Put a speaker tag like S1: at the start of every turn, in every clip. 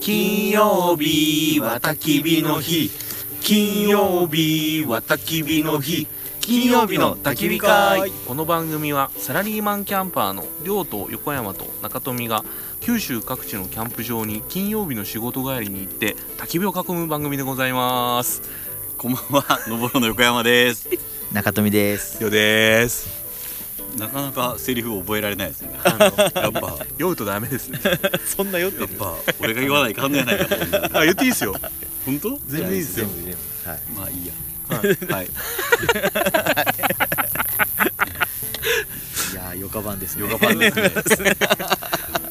S1: 金曜日は焚き火の日金曜日は焚き火の日金曜日の焚き火会
S2: この番組はサラリーマンキャンパーの亮と横山と中富が九州各地のキャンプ場に金曜日の仕事帰りに行って焚き火を囲む番組でございます
S3: こんばんは、のぼろの横山です。
S4: 中 富です。
S2: よです
S3: なかなかセリフ覚えられないですね。
S2: あの
S3: やっぱ、や
S2: 酔うとダメです ね
S4: そんなよって
S3: っぱ、俺が言わないかんのやないかと思うんだ。
S2: あ言っていいですよ
S3: 本当。
S2: 全然いいですよ
S4: 全部全部。はい。
S3: まあ、いいや。 はい。
S4: いやー、ヨカ版ですね。
S3: ヨガパンですね。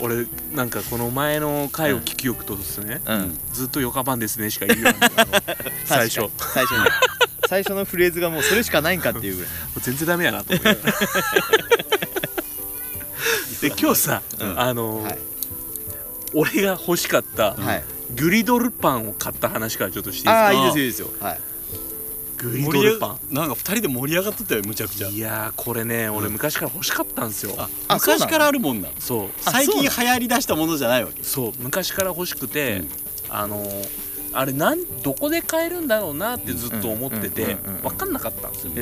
S2: 俺なんかこの前の回を聞きよくとですね、
S4: うん。
S2: ずっと「よかばんですね」しか言うようになったの最初も
S4: 確かに。最初に。最初のフレーズがもうそれしかないんかっていうぐらい。
S2: う全然ダメやなと思ってで今日さ、
S3: うん
S2: あのー
S4: はい
S2: 俺が欲しかった
S4: はい。
S2: グリドルパンを買った話からちょっとしていい
S4: ああ、
S2: で
S4: いいですよ、いいですよ。はい。
S2: すかグリドルパン
S3: なんか二人で盛り上がっとったよ、むちゃくちゃ。
S2: いやーこれね俺昔から欲しかったんですよ、
S3: あ、
S4: あそうなの
S3: 昔からあるもんなの。
S2: そう
S3: 最近流行り出したものじゃないわけ。
S2: そう昔から欲しくて、
S3: うん
S2: あのーあれなんどこで買えるんだろうなってずっと思ってて
S4: うんうんうんうん
S2: 分かんなかったんですよ
S4: へ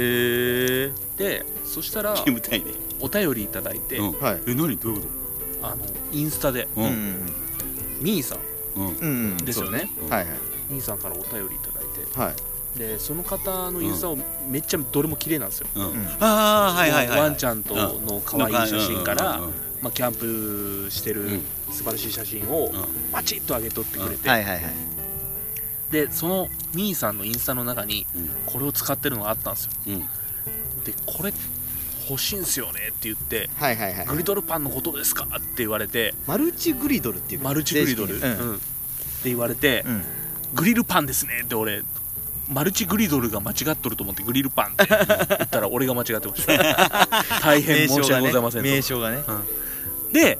S4: え。
S2: でそしたら
S3: ゲームたいね。
S2: お便りいただいて、
S3: うん
S4: はい。
S3: え、何、どういうこ
S2: あのインスタで
S3: と。
S4: う
S3: うんん。
S2: ミーさん
S3: うん。
S4: うん。
S2: ですよね
S4: そう。はいはい。
S2: ミーさんからお便りいただいて
S4: はい。
S2: でその方のインスタをめっちゃどれも綺麗なんですよ、
S3: うん
S4: うん
S3: ああ、はい、はい、はい。
S2: ワンちゃんとの可愛い写真から、
S3: うんうん
S2: まあ、キャンプして
S3: うん
S2: る素晴らしい写真を
S3: うん
S2: バチッと上げとってくれて、
S4: はいはいはい。
S2: でそのミーさんのインスタの中に
S3: うん
S2: これを使ってるのがあったんですよ
S3: うんうん
S2: でこれ欲しいんすよねって言って
S4: はいはいはい。
S2: グリドルパンのことですかって言われて
S4: マルチグリドルっていうか。
S2: マルチグリドル、
S4: 正式
S2: う
S4: に
S2: ん
S4: う
S2: っ
S4: ん。
S2: て言われて、
S4: うん。
S2: グリルパンですねって俺マルチグリドルが間違っとると思ってグリルパンって言った ら俺が間違ってました大変申し訳ございませんと、
S4: 名称がね。
S2: で、
S3: うん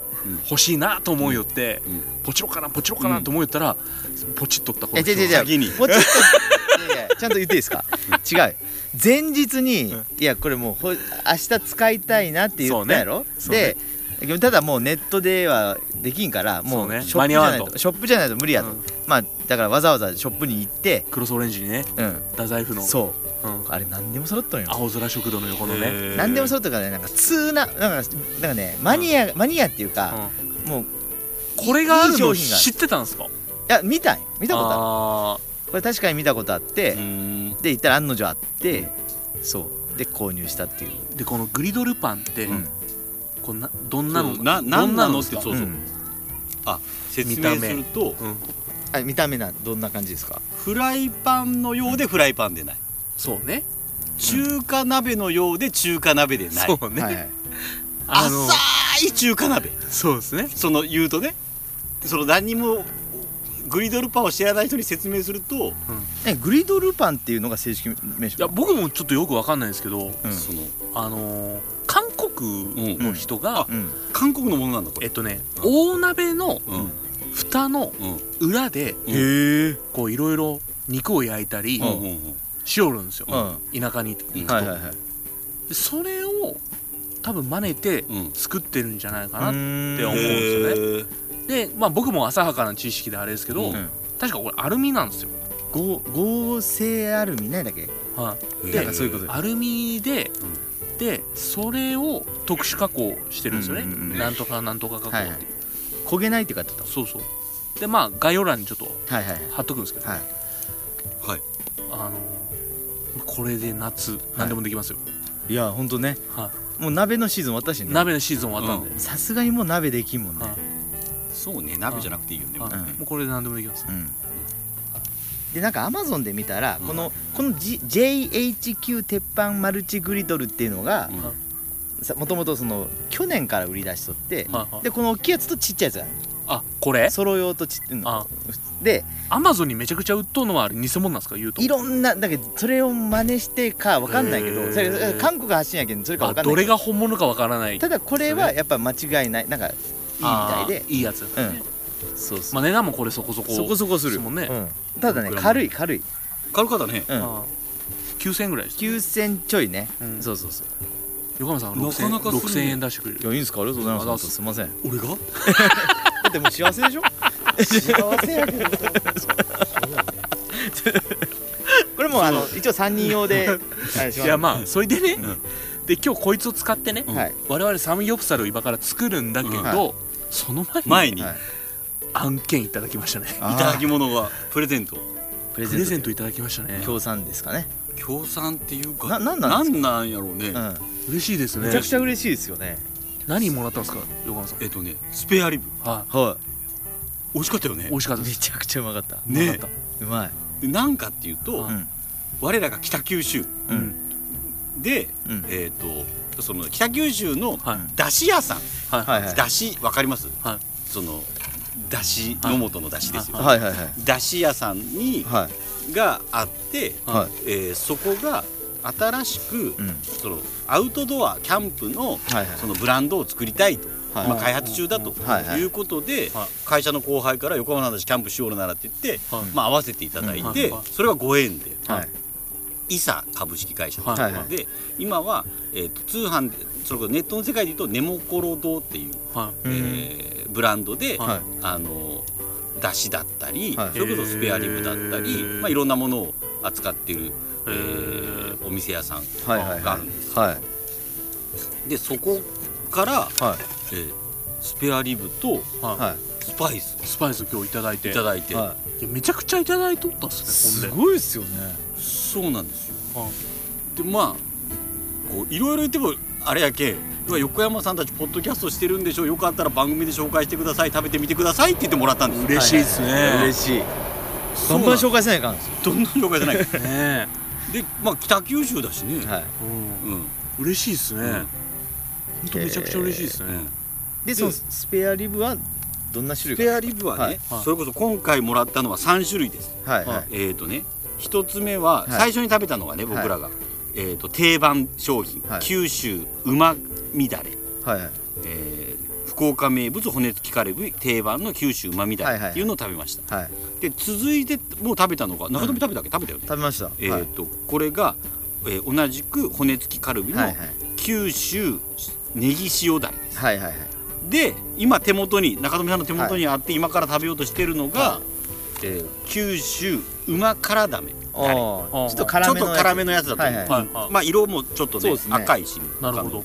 S2: 欲しいなと思いよって、
S3: うん
S2: ポチロかなポチロかなと思いよったら、ポチっとったこ
S4: え、
S2: の
S4: 違う
S2: 人
S4: 違う違う。
S3: 先に
S4: もうちょっと。いやいやちゃんと言っていいですか。違う。前日に
S2: うん、
S4: いや、これもう、ほ、明日使いたいなって言ったやろ
S2: そうね
S4: で。ただもうネットではできんからも
S2: そうね
S4: うショップじゃ
S2: 間
S4: ない
S2: に合わん
S4: と
S2: と
S4: ショップじゃないと無理やと
S2: うん
S4: まあだからわざわざショップに行って
S2: クロスオレンジにね
S4: うん
S2: 太宰府の
S4: そう
S2: うん
S4: あれ何でも揃っとんよ
S2: 青空食堂の横のね、
S4: 何でも揃っとんからねなんか通ななんかなんかねマニアマニアっていうか
S2: うん
S4: もうい
S2: これがあ
S4: いい
S2: る
S4: 商
S2: の
S4: 品がある
S2: 知ってたんですか
S4: や見たい見
S2: 見
S4: たことあ
S2: あ
S4: るこれ確かに見たことあって
S3: うーん
S4: で行ったら案の定あってそうで購入したっていう
S2: ーでこのグリドルパンって、
S4: うん
S2: こうなどんなの
S3: そうななんなのって
S2: どん
S3: そう
S2: ですか
S3: そう
S4: うん
S3: 説明すると
S2: うん
S4: あ見た目などんな感じですか
S3: フライパンのようでフライパンでない
S2: そうね
S3: 中華鍋のようで中華鍋でない
S2: そうね、
S4: はいはい
S2: あの
S3: 浅い中華鍋
S2: そうですね
S3: その言うとねその何にもグリドルパンを知らない人に説明すると、
S4: えグリドルパンっていうのが正式名
S2: いや
S4: 称
S2: 僕もちょっとよくわかんないんですけど、
S4: うん
S3: その
S2: あのー韓国の人が、
S4: うん
S3: 韓国のものなんだこ
S2: え
S3: れ
S2: っとね、
S3: うん
S2: 大鍋の
S3: うんうん
S2: 蓋の裏で
S3: うん
S4: へえ
S2: こういろいろ肉を焼いたり
S3: うんうん
S2: しおるんですよ、
S4: は
S2: 田舎に行く
S4: い
S2: と、
S4: はいはい
S2: でそれを多分真似て
S3: うん
S2: 作ってるんじゃないかな、って
S4: て
S2: 思うんですよで、まあ、僕も浅はかな知識であれですけど、
S3: うん
S2: 確かこれアルミなんですよ、
S4: 合合成アルミないだっけ
S2: はい、
S3: へ
S2: でなんか
S4: そういうこと
S2: アルミで、でそれを特殊加工してるんですよね、
S4: うんうんうん
S2: なんとかなんとか加工っていう、
S4: はいはい焦げないって書いてあっ
S2: そうそうでまあ概要欄にちょっと
S4: たはいはい
S2: 貼っとくんですけど、
S4: はい
S3: はい
S2: あのこれで夏何でもできますよ、
S4: いやほんとね
S2: は
S4: もう鍋のシーズン私
S2: い
S4: ね
S2: 鍋のシーズン終わったんで、
S4: さすがにもう鍋できんもんね
S2: はい
S3: そうね鍋じゃなくていいよね
S2: はい
S4: うん
S2: もうこれで何でもできます
S4: うんでなんかアマゾンで見たら
S3: うん
S4: このこの G- JHQ 鉄板マルチグリドルっていうのが
S3: うん
S4: もともとその去年から売り出しとって
S2: はいはい
S4: でこの大きいやつとちっちゃいやつがあ
S2: あこれ
S4: る揃用とちっの
S2: あ
S4: で
S2: アマゾンにめちゃくちゃ売っとうのはあれ偽物なんですか言うと
S4: いろんなだけどそれを真似してかわかんないけ
S2: へー
S4: どそれそれ韓国発信やけんそれかわ
S2: あ
S4: かんない
S2: ど
S4: け
S2: れ
S4: ど
S2: が本物かわからない
S4: ただこれはやっぱ間違いないなんかいいみた
S2: あ
S4: い
S2: ー
S4: で
S2: いいやつだね、
S4: そうそう
S2: まあ値段もこれそこそこ
S4: そこそこする
S2: ですもんね、
S4: うんただね
S3: 僕らも
S4: 軽い軽い、
S3: 軽かったね
S4: うん、
S2: あー9000円ぐらいです
S4: 9千ちょいね、
S2: うん
S4: そうそうそう
S2: 横山さんは6000円
S3: なかなかするね
S2: 6000円出してくれる
S4: いいんですかありがと
S2: うございます
S4: すいませんだ
S3: 俺が
S4: ってもう幸せでしょ幸せやけど これもあの一応3人用であれします
S2: いやまあそれでね、で今日こいつを使ってね、
S4: んはい
S2: 我々サムヨプサルを今から作るんだけど、
S3: うん
S4: は
S2: その前に
S3: 前にい
S4: はい
S2: 案件いただきましたね
S4: あー
S3: ただき物がプレゼント
S4: プレ
S2: プレゼ
S4: ゼ
S2: ン
S4: ン
S2: トいただきましたね
S4: ト協賛ですかね
S3: 協賛っていうか
S4: ななんなんです
S3: なんなんやろうね、
S4: うん
S2: 嬉しいですね
S4: めちゃくちゃ嬉しいですよね
S2: 何もらったんですか横山さん
S3: えっとねスペアリブ
S2: は
S4: は
S3: 美味しかったよ
S2: い
S3: ね
S2: 美味しかっ
S4: い
S2: た
S4: め
S2: です
S4: ちゃくちゃうまかった
S3: ね
S2: うまかっ
S4: うまい
S3: でなんかっていうと、
S2: はい
S4: うん
S3: 我らが北九州
S2: たう
S4: うんん
S3: で、
S4: うん
S3: えっとその北九州の
S2: はい
S3: だし屋さん、
S2: はい
S4: はいはい
S3: だしわかります、
S2: はい
S3: そのだし野本のだしですよ、
S4: はいはいはい
S3: だし屋さんに、
S4: はい
S3: があって、
S4: はい
S3: えーそこが新しく、
S4: うん
S3: そのアウトドアキャンプの、
S4: はいはい
S3: そのブランドを作りたいと、
S4: はい
S3: 今開発中だと、
S4: はいはい
S3: いうことで、
S2: はい
S3: 会社の後輩から横浜の話キャンプしようならって言って、
S2: はい
S3: まあ合わせていただい
S2: うん
S3: て、
S2: はい
S3: それがご縁で、
S4: はい
S3: イサ株式会社で,、
S2: はい
S4: はい
S3: で今は、えーと通販でそれこそネットの世界で言うとネモコロ堂っていう、
S2: は
S4: うん
S3: えーブランドで、
S4: はい
S3: あのだしだったり、
S4: はい
S3: それこそスペアリブだった
S2: へ
S3: り、
S2: ー
S3: まあ、いろんなものを扱っている、え
S2: へ
S3: ーお店屋さん
S4: はいはい
S3: があ
S4: は
S3: るんです、
S4: いはい
S3: でそこから、
S4: はい
S3: えースペアリブと
S2: はい
S4: はい
S3: スパイスを
S2: スパイス今日いただいて
S3: いただいて、
S4: はい
S2: やめちゃくちゃいただいとったっ
S4: い
S2: す
S4: す
S2: ね
S4: ごいですよね
S3: そうなんですよ
S2: ほんで
S3: でまあこういろいろ言ってもあれやけ今横山さんたちポッドキャストしてるんでしょよかったら番組で紹介してください食べてみてくださいって言ってもらったんですよ
S2: 嬉しいですね
S4: 嬉しいバンバン紹介せないかんですよ
S3: どんどん紹介じゃないで
S2: ね
S3: まあ北九州だしね、
S4: はい
S2: うん
S3: うん
S2: 嬉しいですね
S3: うん
S2: 本当めちゃくちゃ嬉しいです
S3: う
S2: ね
S3: ん
S4: でそのスペアリブはどんな種類
S3: スペ
S4: か
S3: アリブはね、
S4: はい
S2: はい
S3: それこそ今回もらったのは3種類です、
S4: はいはい
S3: えっ、ー、とね一つ目は
S4: はい
S3: 最初に食べたのがね、僕らが、えー、と定番商品、
S4: はい
S3: 九州うまみだれ、
S4: はいはい
S3: えー福岡名物骨付きカルビ定番の九州うまみだれっていうのを食べました、
S4: はい
S3: で続いてもう食べたのが中富食べたっけ食べたよね、
S4: 食べましたはい
S3: えっ、
S4: はい
S3: とこれが、えー同じく骨付きカルビ
S4: はい
S3: の九州ネギ塩だれです
S4: はいはい
S3: で今手元に中富さんの手元にあって、今から食べようとしてるのが、えー九州うま辛だめ
S4: おー
S2: あー
S4: ちょっと
S3: ちょ
S4: 辛
S3: っ
S4: め
S3: と
S4: のやつ
S3: 辛めのやつだと思う、
S4: はいはい
S2: はいはい
S3: まあ色もちょっと
S4: そう
S3: ね
S4: ですね
S3: 赤いし
S2: なるほど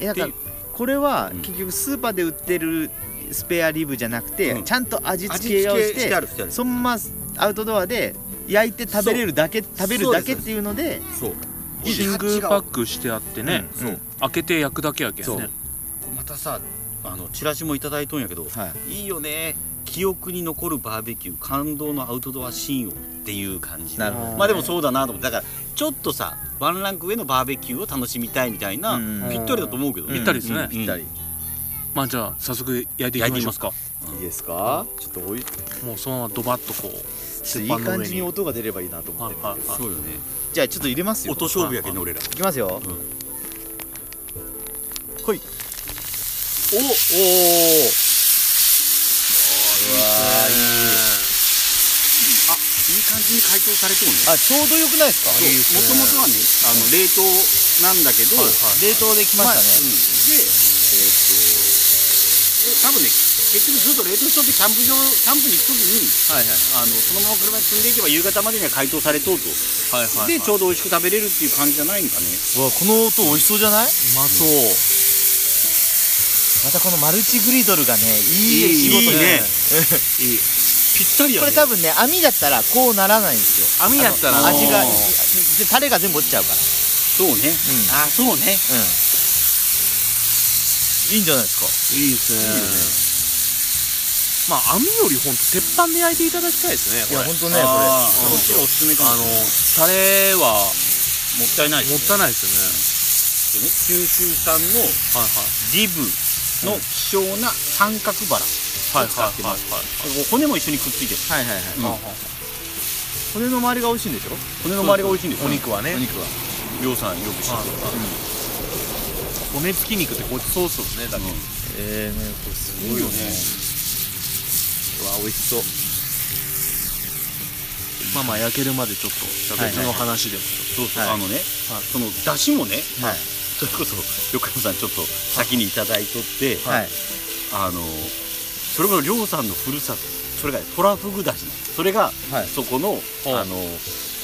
S4: えだから
S3: って
S4: これは
S3: うん
S4: 結局スーパーで売ってるスペアリブじゃなくて、
S3: うん
S4: ちゃんと味
S3: うん、味
S4: 付
S3: 付
S4: けをし
S3: けして
S4: て
S3: あるしてある
S4: そのままアウトドアで焼いて食べれるだけ食べるだけっていうので
S3: そうこ
S4: いいで
S2: シ
S4: す
S2: ングルパックしてあってね、
S4: うんそう
S2: 開けて焼くだけやけん
S3: そう
S2: ね
S3: れまたさあのチラシもいただいとんやけど、
S4: はい
S3: いいよね記憶に残るバーベキュー感動のアウトドアシーンをっていう感じ
S4: なるほどね
S3: まあでもそうだなと思ってだからちょっとさワンランク上のバーベキューを楽しみたいみたいな、
S4: うん
S3: ぴったりだと思うけどね、
S2: ぴったりですね
S3: うん
S4: ぴったり、
S2: まあじゃあ早速焼いていきましょうか
S5: いいですかちょっとおい
S2: もうそのままドバッとこ
S5: ちょっといい感じに音が出ればいいなと
S2: う
S5: 思
S2: は
S5: っ
S2: い
S5: て
S2: はいは
S3: そうよね
S4: じゃあちょっと入れますよ
S3: 音勝負やけど俺ら
S4: いきますよ、
S2: い
S3: おおーあいい感じに解凍されてるね
S4: あちょうどよくないですか
S3: もともとはねあの冷凍なんだけど、
S4: 冷凍できま
S3: うん
S4: し
S3: でえーっとで多分ね結局ずっと冷凍しとってキャンプ場キャンプに行く時に
S4: たね、はいはい
S3: あのそのまま車に積んでいけば夕方までには解凍されとうと、
S2: はいはい
S3: でちょうど美味しく食べれるっていう感じじゃないんかね
S4: うわこの音美味しそうじゃない
S2: まそう
S4: またこのマルチグリドルがねいい
S3: いい
S4: 仕事で
S3: いいねぴったり
S4: これ多分ね網だったらこうならないんですよ
S3: 網やったら
S4: あの味がで
S3: あー
S4: タレが全部落ちちゃうから
S3: そうね、ああそう
S4: うん
S3: ね
S4: いいんじゃないですか
S2: いいですねまあ網よりほんと鉄板で焼いていただきたいです
S4: い
S2: ね
S4: や
S2: これ
S4: 本当ねこれ
S3: あー
S2: これ
S3: こっちがおすすめか
S2: あ
S3: も
S2: のタレは
S3: もったいない
S2: も
S3: で
S2: ったいないです
S3: すね九州産の
S2: よねは
S3: リブの希少な三角バラ
S2: いはいはいはいはい
S3: 骨も一緒にくっついてる
S4: はいはいはい
S3: うん
S4: 骨の周りが美味しいんでしょ
S3: 骨の周りが美味しいんですよ
S2: お肉はね
S3: お肉はりょうさんよく知ってる
S2: 骨付き肉ってごちそうっすもんねだって
S4: ええねこれす
S3: いいよね
S4: わ美味しそう
S2: まあまあ焼けるまでちょっと
S4: はい
S2: 別の話でも
S3: そうそう
S4: はい
S3: あのね
S2: はい
S3: その出汁もね
S4: はい
S3: それこそ横山さんちょっと先にいただいとって
S4: はい
S3: あのそれこそりょうさんのふるさとそれがトラフグだしそれが
S5: はい
S3: そこの、あの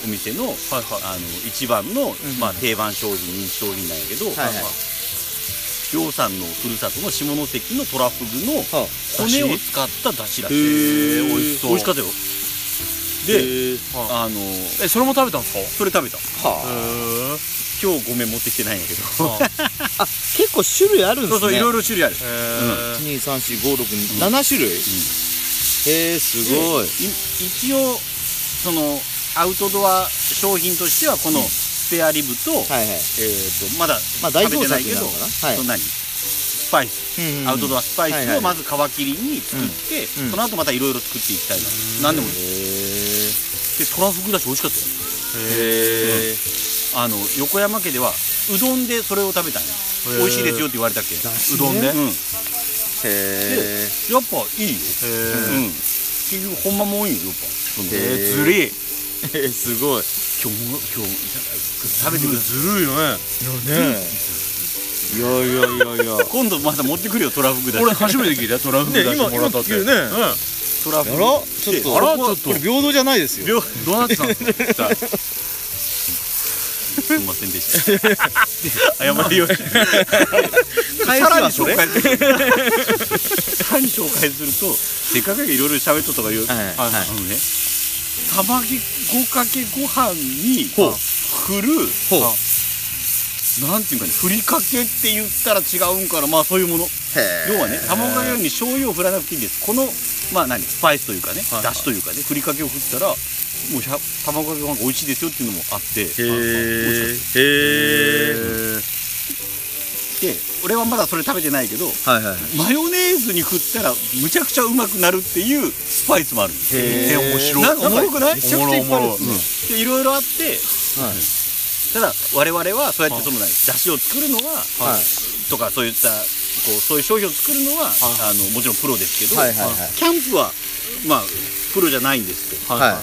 S3: お店の,、あの一番の、まあ、定番商品人気商品なんやけど、
S5: はいはい
S3: りょうさんのふるさとの下関のトラフグの
S5: は
S3: 骨を使っただしらし
S2: へー
S3: い美
S2: 美
S3: 味
S2: 味
S3: し
S2: し
S3: そ
S2: そうう
S3: 美味しかったよで
S2: は
S3: あの
S2: いえそれも食べたんです
S3: それ食べた
S2: か
S5: はあ
S2: へ
S3: 今日ごめん持ってきてないんやけどそ
S5: 結構種類あるんです
S3: う
S5: ね
S3: そういろいろ種類ある
S2: え
S5: 1 2 3 4 5 6 7種類、へえすごい
S3: い一応そのアウトドア商品としてはこのスペアリブと、
S5: はいはい
S3: えー、とまだ
S5: まあ
S3: 食
S5: 代
S3: べ
S5: 表
S3: てない
S5: 作
S3: け
S5: な
S3: ど、
S5: のかなはい
S3: その何スパイス、アウトド
S5: ア
S3: アスパイ
S5: はい
S3: ス
S5: はい
S3: をまず皮切りに作って、
S5: うんうん
S3: その後またいろいろ作っていきたいな、何でもいいでトラフグだし美味しかったよ
S2: へえ
S3: あの横山家ではうどんでそれを食べたんよ
S2: ー
S3: 美味しいですよって言われたっけう
S2: うどんでへ
S3: んやっ
S5: へ
S3: ぱいいよ、う
S2: え
S3: ん結局ほんまもんいいよやっぱその
S5: へー
S2: ずるい
S5: えすごい
S3: 今日も今日食べてください
S2: ずるいよね
S5: ねえいやいやいやいや
S3: 今度また持ってくるよトラフグだし
S2: 俺初めて聞いたよトラフグ
S4: ね
S2: 出してもらったって
S4: 今今聞くね
S3: トラフ
S4: や
S3: グ
S4: ろちょっと
S3: あら
S4: ここは
S3: ちょっと
S4: これ平等じゃないですよ
S3: 両
S2: どうなってたん ですか
S3: さあすみませんでした。で謝りよ。
S4: 返し
S3: さら
S4: は
S3: に
S4: そ
S3: 紹
S4: れ
S3: 介する。さらに紹介すると、せっかくいろいろ喋っとったから言う。
S5: はいはい
S3: ああのね、卵ごかけご飯に振る、
S5: ほう
S3: なんていうかね、ふりかけって言ったら違うんから、まあそういうもの。要はね、卵かけように醤油を振らなくていいんです。この、まあ何、スパイスというかね、
S2: はい
S3: だしというかね、ふりかけを振ったら、もうひゃ卵かけご飯が美味しいですよっていうのもあって、
S4: へえ
S2: へえ
S3: で俺はまだそれ食べてないけど
S4: はいはい
S3: マヨネーズに振ったらむちゃくちゃうまくなるっていうスパイスもあるんです
S5: へー
S2: 面白い
S3: なんかおもろくない
S5: めちゃくちゃいっぱいあるんですね
S3: でいろいろあってただ我々はそうやってその何だしを作るのは
S5: はい
S3: とかそういったこうそういう商品を作るのはあのもちろんプロですけど
S5: はいはいはい
S3: キャンプはまあプロじゃないんですって
S5: はい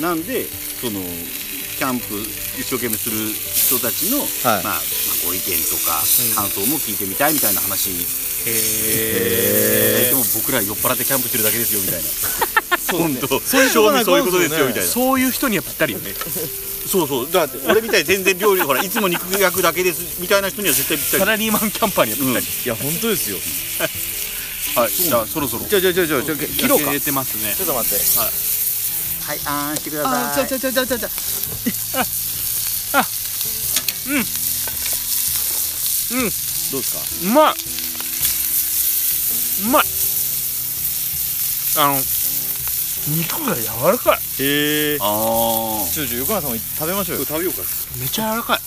S3: なんでそのキャンプ一生懸命する人たちの、
S5: はい
S3: まあ、ご意見とか感想も聞いてみたいみたいな話にでも僕ら酔っ払ってキャンプしてるだけですよみたいなそうねそういう
S5: ことなん
S3: そういうことですよみたいな
S2: そういう人にはぴったりよね
S3: そうそうだって俺みたいに全然料理ほらいつも肉焼くだけですみたいな人には絶対ぴった
S2: サラ
S3: り
S2: リーマンキャンパーにはぴったり
S4: いや本当ですよ
S2: はいじゃあそろそろ
S4: じゃあじゃあじゃあじゃあじゃあ切ろうか
S2: 焼けてますね
S4: ちょっと待って
S3: はいあーんしてくだ
S4: あ
S3: さ
S4: ち
S3: い
S4: ゃちゃちゃちゃちゃちゃ
S5: どうです
S2: うまいうまいあの肉が柔らかい
S5: かへえ
S3: あー
S4: ちょちょ横山さんも食べましょうよい
S5: 食べようか
S2: めちゃ柔らかい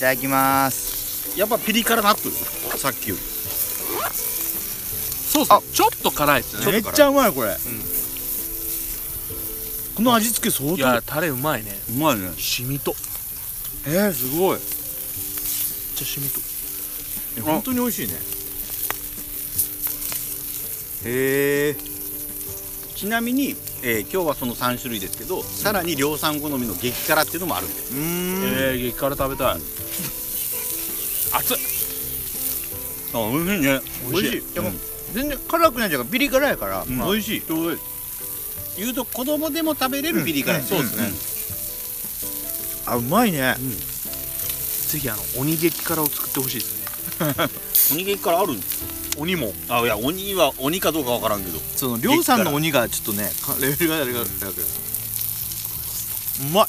S4: ただきます
S3: やっぱピリ辛なってるさっきより
S2: そうそうちょっと辛いですね
S4: めっちゃうまいこれこの味付け相
S2: い
S4: 当
S2: やタレうまいね
S3: うまいね
S2: しみとめっ
S4: えーすごい
S2: ちゃしみと
S4: 本当に美味しいねへえ
S3: ちなみに、えー今日はその3種類ですけどさらに量産好みの激辛っていうのもあるんです
S4: うーん
S2: えー、激辛食べたい熱い
S3: あ美味しいね
S2: 美味しい
S4: でも全然辛くないじゃんピリ辛やから
S2: ん
S4: 美味しい
S3: 言うと子供でも食べれるピリ辛、
S4: うんそうですねあうまいね
S2: ぜひあの鬼激辛を作ってほしいですね
S3: 鬼激辛あるんです
S2: 鬼も
S3: あいや鬼は鬼かどうかわからんけど
S4: そのりょうさんの鬼がちょっとねかレベルがあれがあれだけどうまい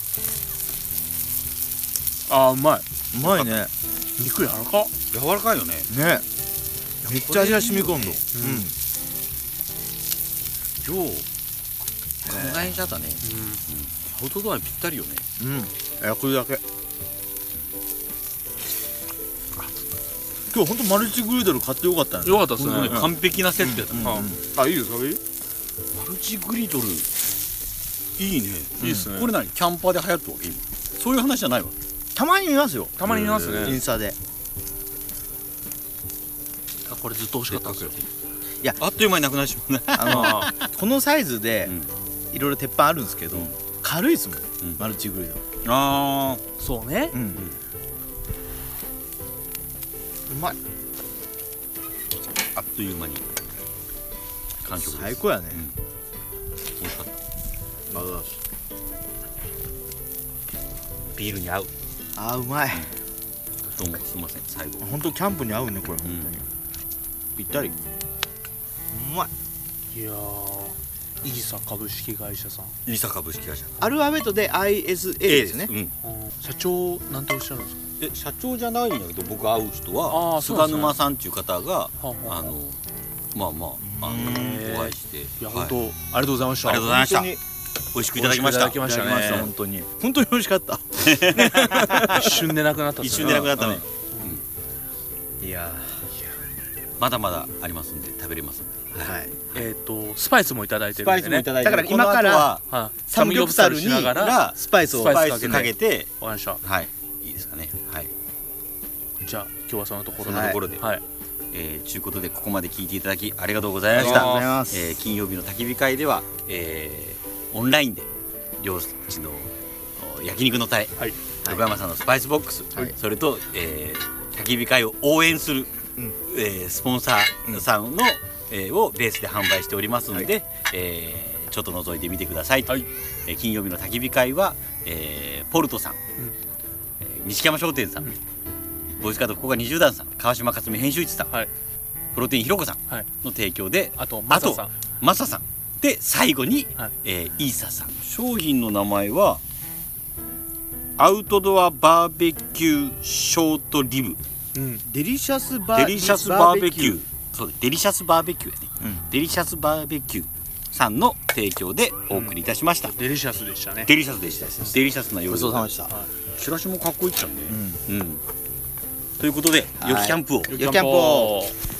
S2: あーうまいう
S4: まいね
S2: 肉柔らか
S3: 柔らかいよね
S4: ねめっちゃ味が染み込んど
S2: う
S3: 今日考えちゃったね
S2: ん
S3: アウトドアにぴったりよね
S4: うんうん焼くだけ今日ほんとマルチグリードル買ってよかったね
S2: よかったですね
S3: 本当に完璧なセットやったね、
S2: うん
S5: あいいですかいい
S3: マルチグリドルいいね
S2: いいっすね
S3: これ何キャンパーで流行ってるわけ今そういう話じゃないわ
S4: たまに見ますよ
S2: たまに見ます
S4: イ
S2: ね
S4: ンスタで
S2: あこれずっと欲しかったんですよ
S3: あっという間になくなってしまうね
S4: あのこのサイズで
S3: うん
S4: いろいろ鉄板あるんですけど
S3: うん
S4: 軽いですもん
S3: ん
S4: マルチグリードル
S3: あ
S2: そうね
S4: うんうまい
S3: ああっという間に完食です
S4: 最高やね
S3: うんりがとうございますビールに合う
S4: あーうまい
S3: どうもすいません最後
S4: 本当キャンプに合うねこれ本当に、ぴったりうまい
S2: いやーイーサ株式会社さん、
S3: イーサ株式会社
S4: アルファベットで ISA ですね
S3: うん
S2: うん社長なんておっしゃるんですか
S3: え社長じゃないんだけど僕会う人
S2: あ
S3: は
S2: ーそうなんで
S3: 菅
S2: すね
S3: 沼さんっていう方が
S2: あはあ
S3: あのまあまああ
S2: へー
S3: のお会いして
S2: いや
S3: はい
S2: 本当、ありがとうございました
S3: ありがとうございました
S2: 本
S3: 美味しくいただきました
S2: 美味しくいただきましたね
S3: いただき本当に
S4: 本当に美味しかった
S2: 当に一瞬でなくなったっ
S3: 一
S2: す
S3: 瞬
S2: ね
S3: でなくなったね
S4: いや
S3: まだまだありますんで食べれますんで
S4: ーはい
S2: えっ、とスパイスもいただいて
S3: ス
S2: る
S3: パ
S2: ん
S3: イス
S2: で
S3: もい
S2: ね
S3: ただいて
S4: だから今から
S3: この後は
S2: はい
S4: サムギョプサル
S2: サ
S4: に
S2: ムギョプサルしながら
S3: ら
S4: スパイスを
S3: ス
S2: パイス
S3: パイスかけて
S2: わかりました
S3: はいいいですかねはい
S2: じゃあ今日はそのところ
S3: そ
S2: で
S3: のところで
S2: はい
S3: えー、ちゅうことでここまで聞いていただきありがとうございまし
S4: ありがとうござい
S3: た
S4: ま。す
S3: えー金曜日の焚き火会では、えーオンラインで両地のお焼肉のタレ、
S2: はい
S3: 横山さんのスパイスボックス、それと、えー焚き火会を応援する、えースポンサーさんの、えーをベースで販売しておりますので、えーちょっと覗いてみてくださいと。
S2: はい
S3: えー金曜日の焚き火会は、えーポルトさん、えー西山商店さん、ボイスカード福岡二十段さん、川島克美編集室さん。
S2: はい
S3: プロテインひろこさん
S2: はい
S3: の提供で、
S2: あとマサさん
S3: あとマサさんで最後に、
S2: はい
S3: えーイーサさん商品の名前はアウトドアバーベキューショートリブ
S2: うん
S4: デリシャスバ
S3: デ
S4: ー
S3: リシャスバーベキューそうだデリシャスバーベキューやね、デリシャスバーベキューさんの提供でお送りいたしました、
S2: デリシャスでしたね
S3: デリシャスでしたデリシャスな夜
S4: ごちそうさまでした
S3: チラシもかっこいいっちゃうねうん、ということで良きキャンプを、
S4: よキャンプを
S2: よキャンプを